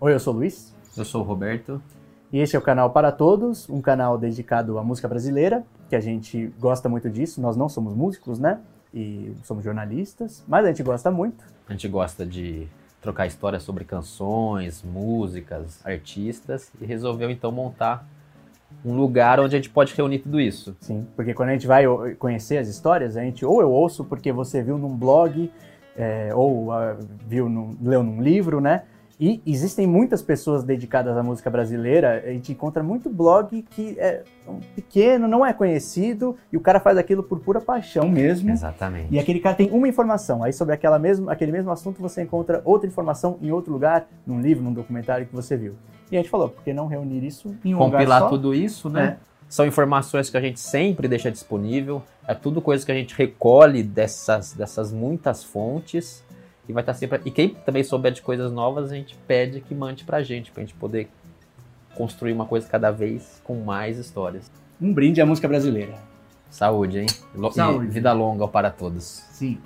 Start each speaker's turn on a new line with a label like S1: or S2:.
S1: Oi, eu sou o Luiz
S2: Eu sou o Roberto.
S1: e este é o canal Para Todos, um canal dedicado à música brasileira, que a gente gosta muito disso. Nós não somos músicos, né? E somos jornalistas, mas a gente gosta muito.
S2: A gente gosta de trocar histórias sobre canções, músicas, artistas e resolveu então montar um lugar onde a gente pode reunir tudo isso.
S1: Sim, porque quando a gente vai o- conhecer as histórias, a gente ou eu ouço porque você viu num blog, é, ou ah, viu num, leu num livro, né? E existem muitas pessoas dedicadas à música brasileira. A gente encontra muito blog que é um pequeno, não é conhecido, e o cara faz aquilo por pura paixão mesmo.
S2: Exatamente.
S1: E aquele cara tem uma informação, aí sobre aquela mesmo, aquele mesmo assunto você encontra outra informação em outro lugar, num livro, num documentário que você viu. E a gente falou, por que não reunir isso em um lugar
S2: Compilar
S1: só? É.
S2: tudo isso, né? São informações que a gente sempre deixa disponível. É tudo coisa que a gente recolhe dessas, dessas muitas fontes. E vai estar sempre. E quem também souber de coisas novas, a gente pede que mande pra gente, pra gente poder construir uma coisa cada vez com mais histórias.
S1: Um brinde à música brasileira.
S2: Saúde, hein? Lo- e
S1: Saúde.
S2: vida longa para todos.
S1: Sim.